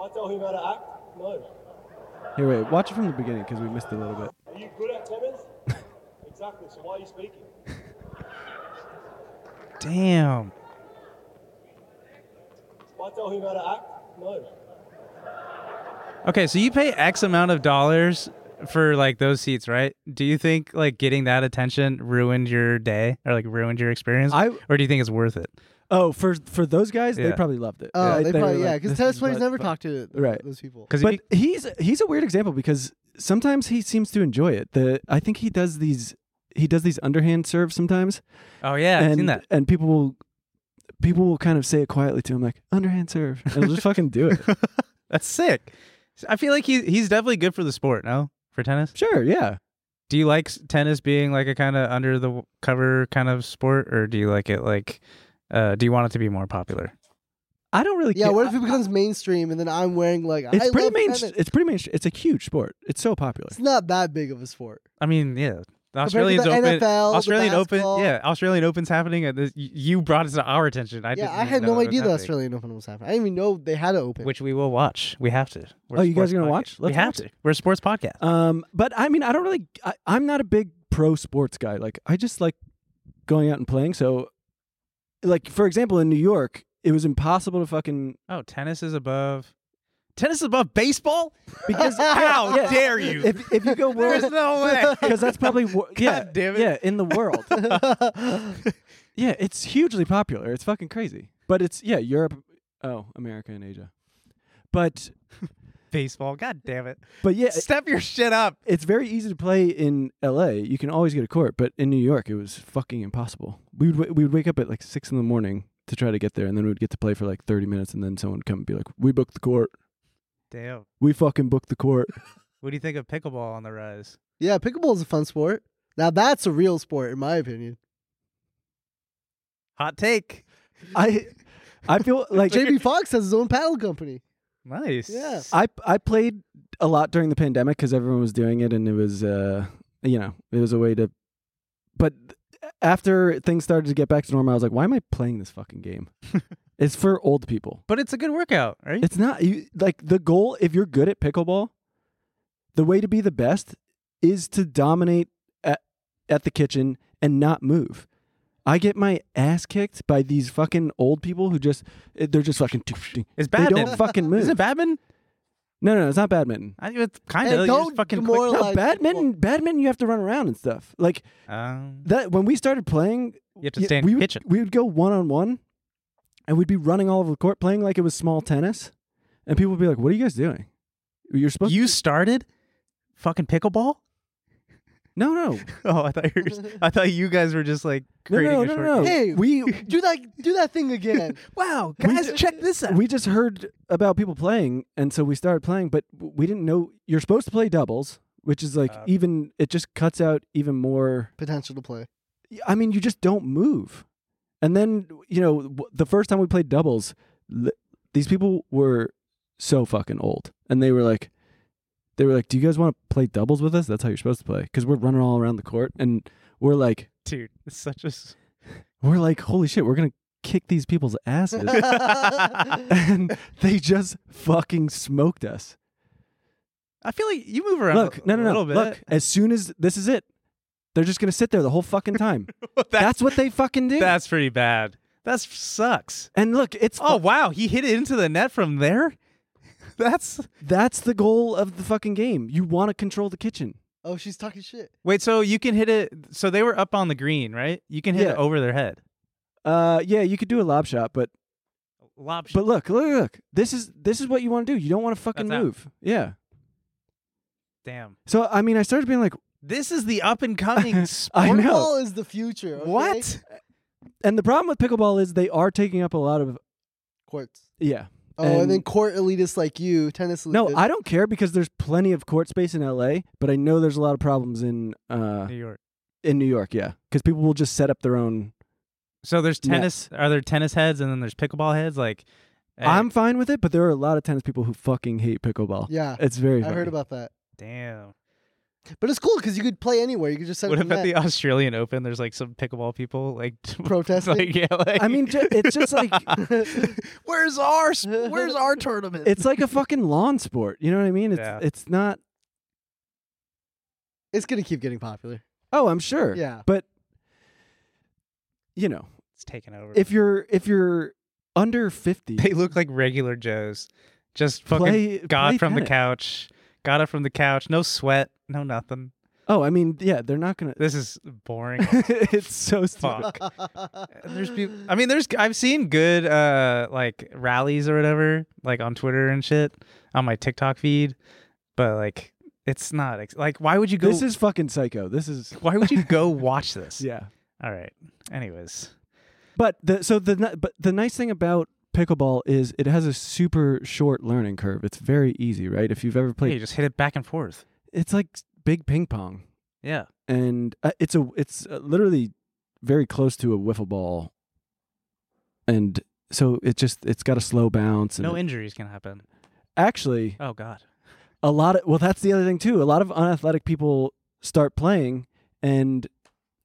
I tell him how to act? No. Here, wait. Watch it from the beginning because we missed it a little bit. Are you good at tennis? exactly. So why are you speaking? Damn. I tell him how to act? No. Okay, so you pay X amount of dollars for like those seats, right? Do you think like getting that attention ruined your day or like ruined your experience? I- or do you think it's worth it? Oh, for for those guys, they Yeah. probably loved it. Oh, Like, they, were probably like, yeah, because "This tennis is players what- never what-" talk to Right. those people. Because But he's he's a weird example because sometimes he seems to enjoy it. The I think he does these he does these underhand serves sometimes, oh yeah, and I've seen that. and people will people will kind of say it quietly to him like underhand serve, and he'll just fucking do it. That's sick. I feel like he he's definitely good for the sport. No, for tennis. Sure, yeah. Do you like s- tennis being like a kind of under the w- cover kind of sport, or do you like it like? Uh, do you want it to be more popular? I don't really. yeah, care. what if it becomes mainstream and then I'm wearing like It's I pretty love main. tennis. It's pretty main. It's a huge sport. It's so popular. It's not that big of a sport. I mean, yeah. The to Australian's the open. NFL, the Australian Open. basketball. Yeah, Australian Open's happening. At this, y- you brought it to our attention. I yeah, didn't I even had know no it was idea the happening. Australian Open was happening. I didn't even know they had it open. which we will watch. We have to. We're Oh, a you guys sports are gonna podcast. watch? we Let's have watch to. We're a sports podcast. Um, but I mean, I don't really. I, I'm not a big pro sports guy. Like, I just like going out and playing. So, like for example, in New York, it was impossible to fucking Oh, tennis is above. Tennis is above baseball. because How yeah, dare you? If, if you go There's world, no way. because that's probably wor- yeah, damn it. yeah, in the world, yeah, it's hugely popular. It's fucking crazy. But it's yeah, Europe, oh, America and Asia, but baseball. God damn it. but yeah, Step your shit up. it's very easy to play in L.A. You can always get a court, but in New York, it was fucking impossible. We would wa- we would wake up at like six in the morning to try to get there, and then we would get to play for like thirty minutes, and then someone would come and be like, "We booked the court. Damn. We fucking booked the court." What do you think of pickleball on the rise? yeah, pickleball is a fun sport. Now that's a real sport, in my opinion. Hot take. I I feel like JB Fox has his own paddle company. Nice. Yeah. I I played a lot during the pandemic because everyone was doing it, and it was uh you know it was a way to, but after things started to get back to normal, I was like, "Why am I playing this fucking game?" it's for old people. But it's a good workout, right? It's not you like the goal if you're good at pickleball, the way to be the best is to dominate at, at the kitchen and not move. I get my ass kicked by these fucking old people who just eh, they're just fucking It's They badminton. don't fucking move. Is it badminton? no, no, it's not badminton. I, it's kind Hey, of. don't fucking quick- demoralize- No, Like badminton, pickleball. badminton you have to run around and stuff. Like Um, that when we started playing, you have to yeah, stay in we the would, kitchen. We would go one on one, and we'd be running all over the court playing like it was small tennis, and people would be like, "What are you guys doing? You're supposed You started fucking pickleball? no, no, Oh, I thought you were, I thought you guys were just like no, creating no, a no, short. no. Hey, Oh. we do that do that thing again. Wow, We ju- this we just heard about people playing, and so we started playing, but w- we didn't know you're supposed to play doubles, which is like Uh, even it just cuts out even more. Potential to play. I mean, you just don't move, and then you know w- the first time we played doubles, l- these people were so fucking old, and they were like. They were like, "Do you guys want to play doubles with us? That's how you're supposed to play, because we're running all around the court, and we're like, Dude, it's such a. s- we're like, holy shit, we're gonna kick these people's asses." yeah, and they just fucking smoked us. I feel like you move around. Look, a no, no, no. little Bit. Look, as soon as this is it, they're just gonna sit there the whole fucking time. that's, That's what they fucking do. that's pretty bad. That sucks. and look, it's Oh oh, wow, he hit it into the net from there. That's that's the goal of the fucking game. You want to control the kitchen. oh, she's talking shit. wait. So you can hit it. So they were up on the green, right? You can hit Yeah. it over their head. Uh, yeah, you could do a lob shot, but Lob but look, look, look. This is this is what you want to do. You don't want to fucking That's out. move. Yeah. Damn. So I mean, I started being like, This is the up and coming sport. I know. Football is the future. okay? What? And the problem with pickleball is they are taking up a lot of Courts. yeah. Oh, and, And- then court elitists like you, tennis elitists. No, I don't care because there's plenty of court space in LA, but I know there's a lot of problems in uh New York. in New York, yeah. Cuz people will just set up their own So there's Yeah. tennis. Are there tennis heads and then there's pickleball heads? Like, eh, I'm fine with it, but there are a lot of tennis people who fucking hate pickleball. Yeah, It's very I funny. heard about that. damn. But it's cool because you could play anywhere. You could just set What up if a at the net. Australian Open there's like some pickleball people like Protesting? Like, yeah, like, I mean, ju- it's just like where's our s- where's our tournament? it's like a fucking lawn sport. You know what I mean? It's Yeah. it's not It's gonna keep getting popular. Oh, I'm sure. Yeah. But you know, It's taken over. if you're if you're under 50, they look like regular Joes, just fucking Play- got play from the tennis. couch, got it from the couch. No sweat, no nothing. oh, I mean, yeah, they're not going to This is boring. It's so stupid. Fuck. there's people. I mean, there's. I've seen good uh like rallies or whatever, like on Twitter and shit, on my TikTok feed, but like it's not ex- like why would you go? This is fucking psycho. This is why would you go watch this? yeah. All right. Anyways, But the so the ni- but the nice thing about pickleball is it has a super short learning curve. It's very easy, right? If you've ever yeah, played, you just hit it back and forth. it's like s- big ping pong, Yeah. and uh, it's a it's uh, literally very close to a wiffle ball, and so it just it's got a slow bounce. And No it- injuries can happen. actually, Oh God. a lot of well, that's the other thing too. A lot of unathletic people start playing, and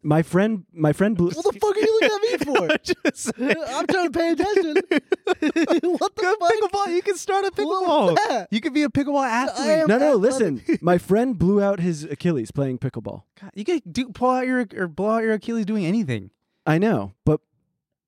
my friend, my friend, blew, what the fuck are you looking at me for? Just I'm trying to pay attention. what the Go fuck? pickleball. You can start a What Oh. pickleball. was that? You could be a pickleball athlete. I am no, no, listen. athletic. My friend blew out his Achilles playing pickleball. God, you could do pull out your or blow out your Achilles doing anything. I know, but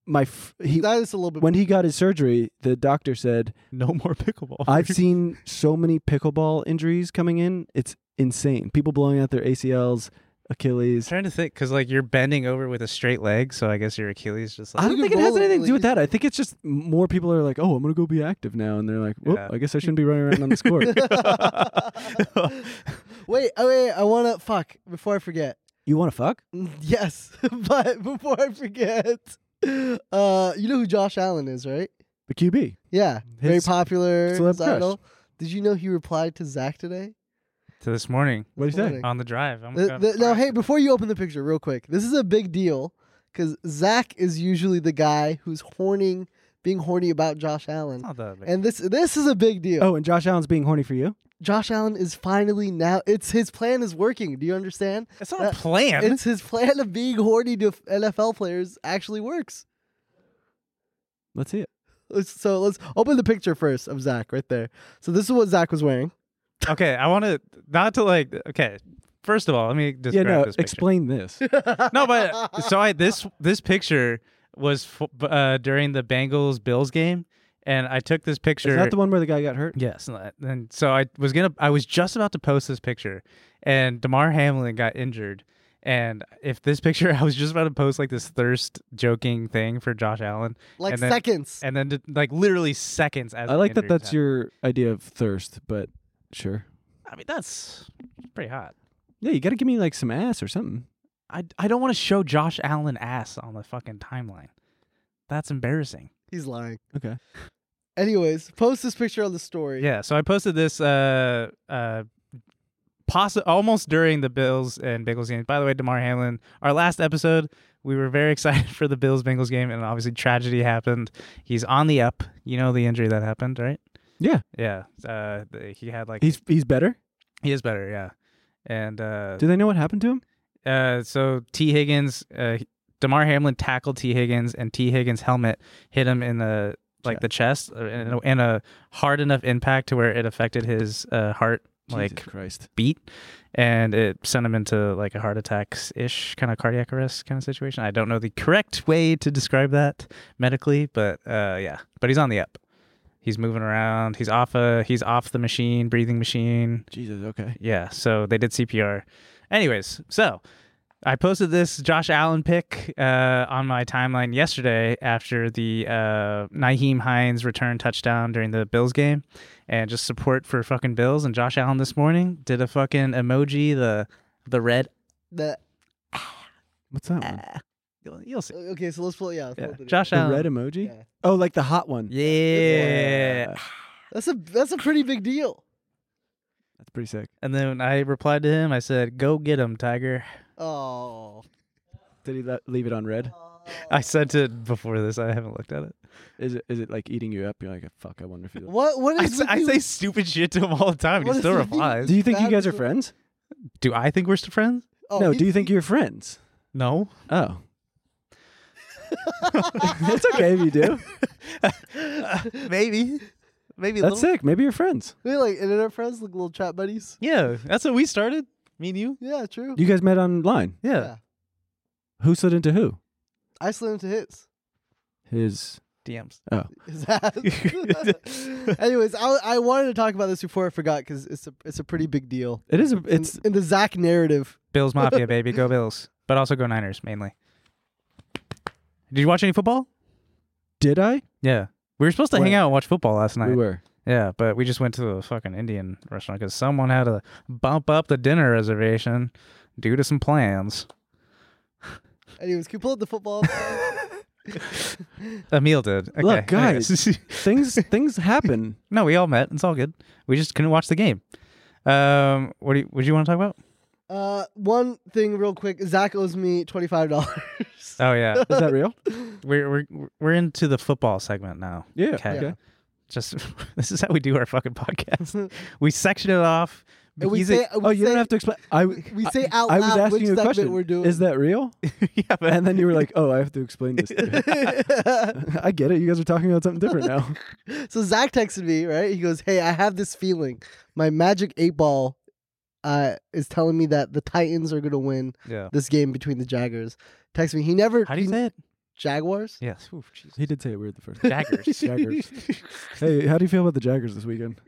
my f- he That is a little bit. when he got his surgery, the doctor said, No more pickleball. "I've seen so many pickleball injuries coming in. It's insane. People blowing out their ACLs, Achilles. trying to think because like you're bending over with a straight leg, so I guess your Achilles just I like You don't can think it has roll it anything to do with like- that. I think it's just more people are like, "Oh, I'm gonna go be active now," and they're like, "Whoop, Yeah. I guess I shouldn't be running around on this court." wait, oh, wait, I wanna fuck before I forget. you want to fuck? Yes, but before I forget, uh, you know who Josh Allen is, right? The QB. Yeah, very His popular. celeb his crush. idol. Did you know he replied to Zach today? to this morning What do you say? Morning. on the drive. I'm The- gonna the- now, fire hey, it. before you open the picture, real quick, this is a big deal because Zach is usually the guy who's horning, being horny about Josh Allen, It's not that big. and this this is a big deal. Oh, and Josh Allen's being horny for you. Josh Allen is finally now. It's his plan is working. Do you understand? it's not uh, a plan. It's his plan of being horny to f- NFL players actually works. Let's see it. Let's- So let's open the picture first of Zach right there. So this is what Zach was wearing. okay, I want to not to like. Okay, first of all, let me describe yeah, no. this. Picture. Explain this. no, but so I this this picture was f- b- uh, during the Bengals Bills game, and I took this picture. Is that the one where the guy got hurt? Yes, and that- and so I was gonna, I was just about to post this picture, and Damar Hamlin got injured, and if this picture, I was just about to post like this thirst joking thing for Josh Allen, Like and then, seconds. and then like literally seconds. As I the like that. injuries That's happened. your idea of thirst, but sure. I mean, that's pretty hot. Yeah, you got to give me like some ass or something. I I don't want to show Josh Allen ass on the fucking timeline. That's embarrassing. He's lying. Okay. Anyways, post this picture on the story. Yeah, so I posted this uh uh possi- almost during the Bills and Bengals game. By the way, DeMar Hamlin, our last episode, we were very excited for the Bills Bengals game and obviously tragedy happened. He's on the up. You know the injury that happened, right? Yeah, Yeah. Uh th- he had like he's he's better. he is better, yeah. And uh Do they know what happened to him? uh, so T. Higgins, uh, Demar Hamlin tackled T. Higgins, and T. Higgins' helmet hit him in the like the chest, uh, in a, in a hard enough impact to where it affected his uh, heart, like Christ. beat, and it sent him into like a heart attacks ish kind of cardiac arrest kind of situation. I don't know the correct way to describe that medically, but uh, yeah, but he's on the up. He's moving around. He's off a he's off the machine, breathing machine. Jesus. Okay. Yeah, so they did CPR. Anyways, so I posted this Josh Allen pick uh, on my timeline yesterday after the uh, Naheem Hines return touchdown during the Bills game, and just support for fucking Bills and Josh Allen this morning did a fucking emoji the The red. The What's that one? Uh, You'll, you'll see. okay, so let's pull. Yeah, let's pull Yeah. up the- Josh The Allen. red emoji? Yeah. Oh, like the hot one. Yeah. That's a that's a pretty big deal. That's pretty sick. And then I replied to him. I said, "Go get him, Tiger." Oh, Did he le- leave it on red? I sent it before this. I haven't looked at it. Is it is it like eating you up? You're like, "Oh, fuck. I wonder if you. what what I, is? s- I with say you- stupid shit to him all the time. and What He is still with you? replies. Do you think you That guys are is- friends? Do I think we're still friends? oh, no. he- Do you think you're friends? No. Oh. it's okay if you do. Maybe. Maybe. a That's little. sick. Maybe you're friends. we like internet friends, like little chat buddies? Yeah, that's what we started. Me and you. Yeah, true. You guys met online. Yeah. Yeah. Who slid into who? I slid into his. His. DMs. Oh. His ass. Anyways, I I wanted to talk about this before I forgot because it's a it's a pretty big deal. It is. A, In- it's. in the Zach narrative. Bills Mafia, baby. Go Bills. But also go Niners mainly. Did you watch any football? Did I? Yeah. We were supposed to hang Well, out and watch football last night. We were. Yeah, but we just went to a fucking Indian restaurant because someone had to bump up the dinner reservation due to some plans. Anyways, can you pull up the football? Emil did. Okay. Look, anyway. guys, things things happen. no, we all met. It's all good. We just couldn't watch the game. Um, what do you, what do you want to talk about? uh, one thing real quick. Zach owes me twenty five dollars. Oh yeah, Is that real? we're we're we're into the football segment now. Yeah. Okay. okay. Just this is how we do our fucking podcast. we section it off. And we He's say, a- Oh, you don't have to explain. I We I- say out I was loud asking which you a segment question. we're doing. Is that real? yeah, but And then you were like, "Oh, I have to explain this." to you." I get it. You guys are talking about something different now. so Zach texted me, right? He goes, "Hey, I have this feeling. My magic eight ball uh, is telling me that the Titans are going to win yeah. this game between the Jaguars." Text me. He never. How do you he- say it? Jaguars? Yes. Oof, Jesus. He did say it weird the first. time. Jaggers. Jaggers. hey, how do you feel about the Jaggers this weekend?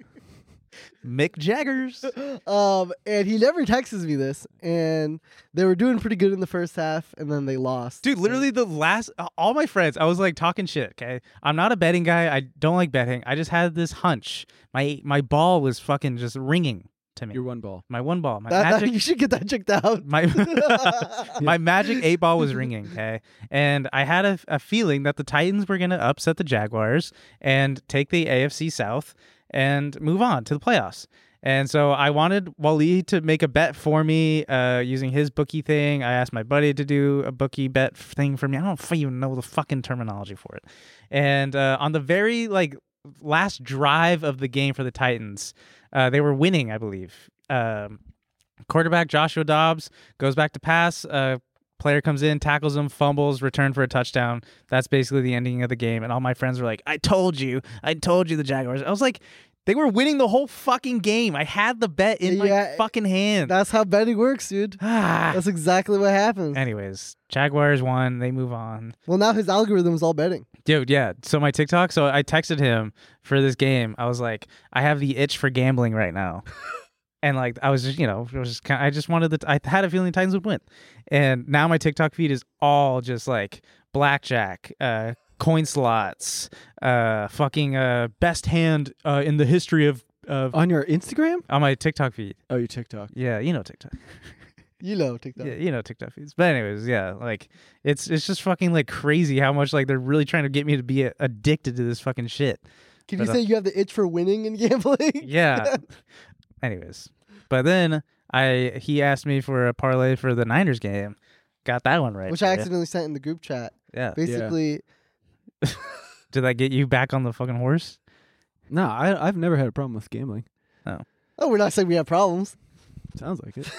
Mick Jaggers. Um, and he never texts me this. And they were doing pretty good in the first half, and then they lost. Dude, literally the last, uh, all my friends, I was like talking shit. Okay, I'm not a betting guy. I don't like betting. I just had this hunch. My my ball was fucking just ringing to me. Your one ball. my one ball, my That- that- magic, you should get that checked out. my my magic eight ball was ringing. Okay, and I had a, a feeling that the Titans were gonna upset the Jaguars and take the AFC South and move on to the playoffs. And so I wanted Wally to make a bet for me uh, using his bookie thing. I asked my buddy to do a bookie bet f- thing for me. I don't f- even know the fucking terminology for it. And uh, on the very like last drive of the game for the Titans, uh, they were winning, I believe. Um, quarterback Joshua Dobbs goes back to pass. Uh, player comes in, tackles him, fumbles, return for a touchdown. That's basically the ending of the game. And all my friends were like, "I told you, I told you, the Jaguars." I was like, "They were winning the whole fucking game. I had the bet in my Yeah, fucking hand." That's how betting works, dude. Ah. That's exactly what happens. Anyways, Jaguars won. They move on. Well, now his algorithm is all betting. Dude, yeah. So my TikTok, so I texted him for this game. I was like, I have the itch for gambling right now. and like I was just, you know, it was just kind I just wanted the I had a feeling the Titans would win. And now my TikTok feed is all just like blackjack, uh coin slots, uh fucking uh best hand uh in the history of of On your Instagram? on my TikTok feed. Oh, your TikTok. Yeah, you know TikTok. You know, TikTok. Yeah, you know TikTok feeds. But anyways, yeah, like it's it's just fucking like crazy how much like they're really trying to get me to be a- addicted to this fucking shit. Can But, you uh, say you have the itch for winning in gambling? Yeah. anyways, but then I he asked me for a parlay for the Niners game. Got that one right. Which I for ya. accidentally sent in the group chat. Yeah. Basically, Did I get you back on the fucking horse? No, I, I've never had a problem with gambling. oh, we're not saying we have problems. Sounds like it.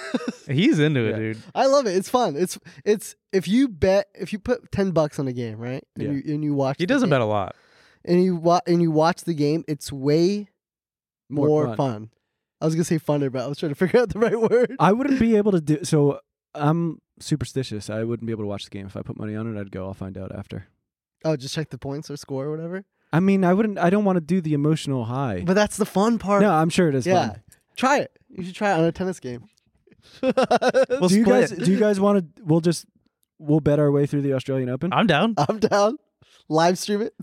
He's into it, Yeah. dude. I love it. It's fun. It's it's if you bet if you put ten bucks on a game, right? And Yeah. you and you watch He the doesn't game, bet a lot. and you wa- and you watch the game, it's way more, fun. fun. I was gonna say funner, but I was trying to figure out the right word. Uh, I wouldn't be able to do so. I'm superstitious. I wouldn't be able to watch the game if I put money on it. I'd go. I'll find out after. oh, just check the points or score or whatever. I mean, I wouldn't. I don't want to do the emotional high. But that's the fun part. no, I'm sure it is. yeah. Fun. Try it. You should try it on a tennis game. We'll do you split. guys? Do you guys want to? We'll just we'll bet our way through the Australian Open. I'm down. I'm down. Live stream it.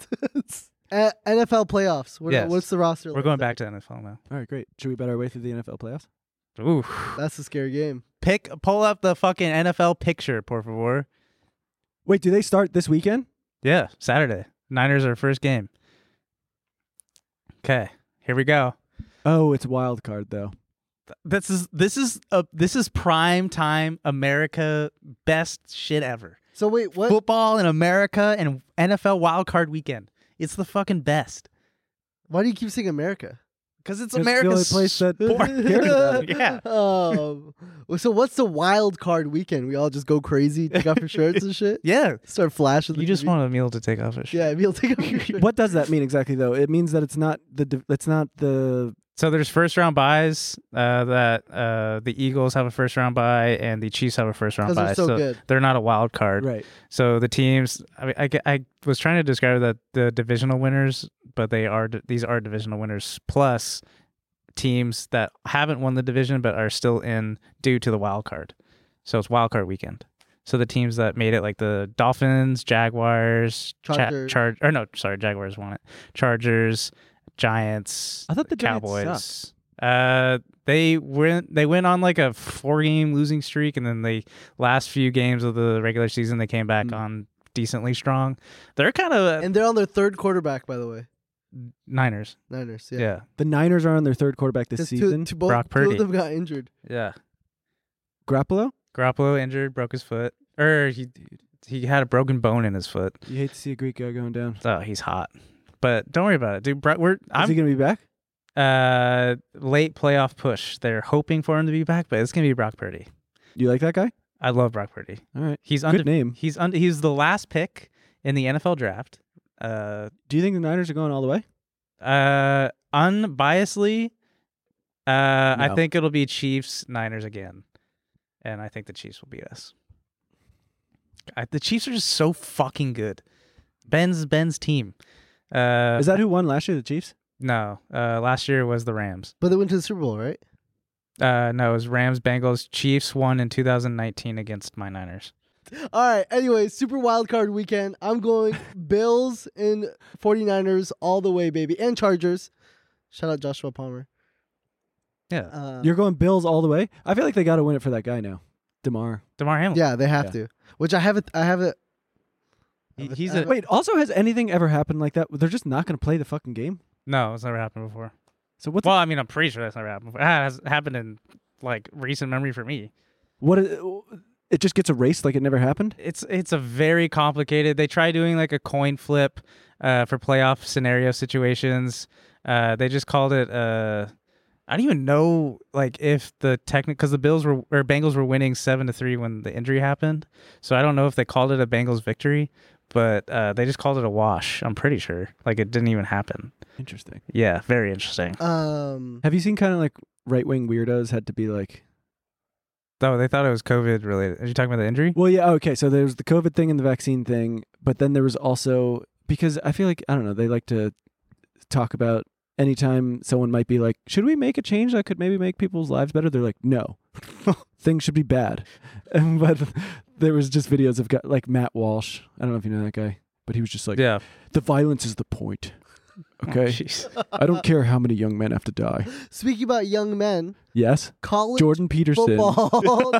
A- NFL playoffs. What, Yes. What's the roster? We're look going like? back to NFL now. All right, great. Should we bet our way through the NFL playoffs? Ooh. That's a scary game. Pick pull up the fucking NFL picture, por favor. Wait, do they start this weekend? Yeah, Saturday. Niners are first game. Okay, here we go. Oh, it's wild card though. This is this is a this is prime time America best shit ever. So wait, what? Football in America and NFL Wild Card Weekend. It's the fucking best Why do you keep saying America? because it's It's the only America's place that- sport. yeah, Um, well, so what's the wild card weekend? We all just go crazy, take off your shirts and shit, yeah. start flashing. The You just TV. want Emil to take off his shit. yeah, Emil, take off your shirt. What does that mean exactly though? It means that it's not the div- it's not the So there's first round buys uh, that uh, the Eagles have a first round buy and the Chiefs have a first round 'Cause they're buy. so good. they're not a wild card. right. So the teams, I, mean, I, ge- I was trying to describe that the divisional winners, but they are di- these are divisional winners plus teams that haven't won the division but are still in due to the wild card. So it's wild card weekend. So the teams that made it, like the Dolphins, Jaguars, Cha- Chargers. Charge, or no, sorry, Jaguars won it. Chargers, Giants, I thought the Giants Cowboys. sucked. Uh, they went they went on like a four game losing streak, and then the last few games of the regular season they came Hmm. back on decently strong. They're kind of And they're on their third quarterback, by the way. Niners. Niners. Yeah. Yeah. yeah, The Niners are on their third quarterback this 'Cause season. Two, two, both, Brock Two Purdy. of them got injured. Garoppolo? Garoppolo injured, broke his foot, or he he had a broken bone in his foot. You hate to see a Greek guy going down. Is Oh, he's hot. But don't worry about it, dude. Bro, we're I'm he going to be back? uh late playoff push. They're hoping for him to be back, but it's gonna be Brock Purdy. You like that guy? I love Brock Purdy. All right. He's Good unde- name. He's un- he's the last pick in the NFL draft. Uh, Do you think the Niners are going all the way? uh, unbiasedly, uh, I No. think it'll be Chiefs Niners again, and I think the Chiefs will beat us. I, the Chiefs are just so fucking good. Ben's Ben's team. Uh, Is that who won last year, the Chiefs? no? Uh, last year was the Rams. But they went to the Super Bowl, right? Uh, no, it was Rams Bengals. Chiefs won in 2019 against my Niners. All right. Anyway, super wild card weekend. I'm going Bills and 49ers all the way, baby. And Chargers. Shout out Joshua Palmer. Yeah, Uh, You're going Bills all the way? I feel like they got to win it for that guy now. DeMar. Demar Hamlin. yeah, they have Yeah. to. Which I haven't. I haven't. He- but he's I a don't- Wait, also has anything ever happened like that? They're just not going to play the fucking game? no. It's never happened before. So what's well, I mean, I'm pretty sure that's never happened. Before. That has happened in like recent memory for me. what is, it just gets erased like it never happened? It's it's a very complicated. They try doing like a coin flip uh, for playoff scenario situations. Uh, they just called it. Uh, I don't even know like if the technical because the Bills were or Bengals were winning seven to three when the injury happened. So I don't know if they called it a Bengals victory, but uh, they just called it a wash. I'm pretty sure. Like it didn't even happen. Interesting. Yeah, very interesting. Um, Have you seen kind of like right wing weirdos had to be like, Oh, they thought it was COVID related. Are you talking about the injury? well, yeah, okay. So there was the COVID thing and the vaccine thing, but then there was also, because I feel like, I don't know, they like to talk about anytime someone might be like, should we make a change that could maybe make people's lives better? They're like, no, things should be bad. but there was just videos of guy, like Matt Walsh. I don't know if you know that guy, but he was just like, yeah. the violence is the point. Oh, Okay. jeez. I don't care how many young men have to die. speaking about young men, Yes. college Jordan Peterson. football.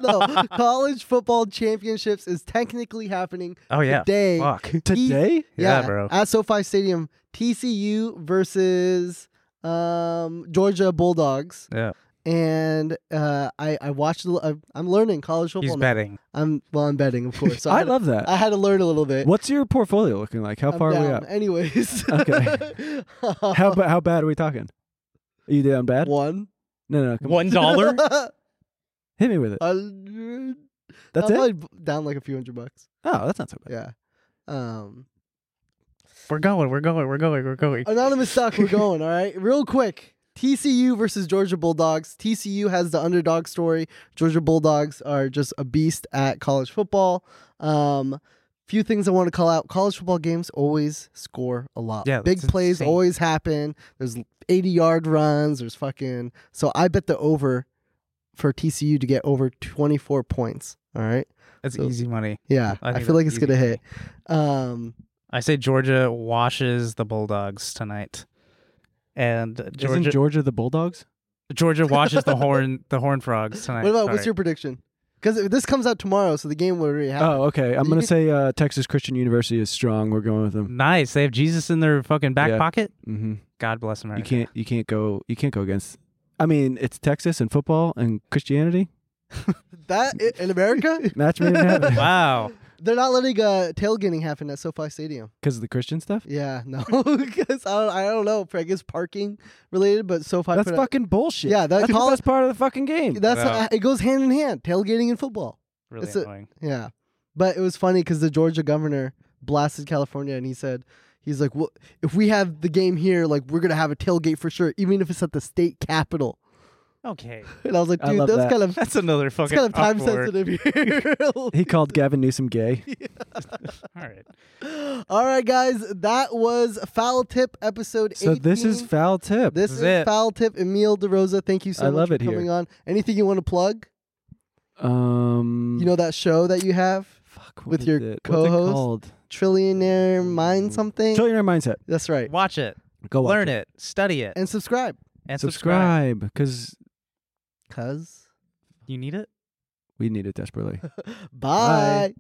no, college football championships is technically happening Oh yeah. today. Fuck. Today? Yeah, bro. At SoFi Stadium, TCU versus um, Georgia Bulldogs, Yeah. and uh, I I watched. a li- I'm- I'm learning college football. He's now. betting. I'm well. I'm betting, of course. So I had to- love that. I had to learn a little bit. What's your portfolio looking like? How I'm far are we down. up? Anyways. Okay. How ba- how bad are we talking? Are you down bad? One No, no. Come on. One dollar? Hit me with it. Hundred. That's I'm it. probably b- Down like a few hundred bucks. Oh, that's not so bad. Yeah. Um, we're going, we're going, we're going, we're going. Anonymous stock, we're going, all right? Real quick. TCU versus Georgia Bulldogs. TCU has the underdog story. Georgia Bulldogs are just a beast at college football. Um, few things I want to call out. College football games always score a lot. Yeah, Big that's plays insane. always happen. There's 80 yard runs. There's fucking. So I bet the over for TCU to get over 24 points. All right. That's So- easy money. Yeah. I I, think feel like that's it's going to easy. hit. Um, I say Georgia washes the Bulldogs tonight. And Georgia, Isn't Georgia the Bulldogs? Georgia watches the horn the Horn Frogs tonight. What about Sorry. what's your prediction? Because this comes out tomorrow, so the game will already happen. Oh, okay. I'm You gonna could- say uh, Texas Christian University is strong. We're going with them. nice? They have Jesus in their fucking back Yeah. pocket. hmm God bless America. You can't. You can't go. You can't go against. I mean, it's Texas and football and Christianity. That i- in America, Match made in heaven Wow. they're not letting uh, tailgating happen at SoFi Stadium. because of the Christian stuff. Yeah, no, because I don't, I don't know. I guess parking related, but SoFi. That's put out- fucking bullshit. Yeah, that that's call- the best part of the fucking game. That's Wow. it goes hand in hand. Tailgating and football. Really It's a- annoying. Yeah, but it was funny because the Georgia governor blasted California, and he said, "He's like, well, if we have the game here, like we're gonna have a tailgate for sure, even if it's at the state capitol." Okay. And I was like, I "Dude, love that's that. kind of That's another it's fucking kind of time uproar. sensitive here." he called Gavin Newsom gay. All right. All right, guys, that was foul tip episode. So this is 18. foul tip. this This is is it. foul tip. Emil DeRosa, thank you so I much love for it here. coming on. Anything you want to plug? um, You know that show that you have, fuck, what with is your it? co-host? What's it called? Trillionaire Mind something. Trillionaire mindset. that's right. Watch it. Go watch Learn it. Study it. And subscribe, And subscribe. subscribe because cause You need it. we need it desperately. bye.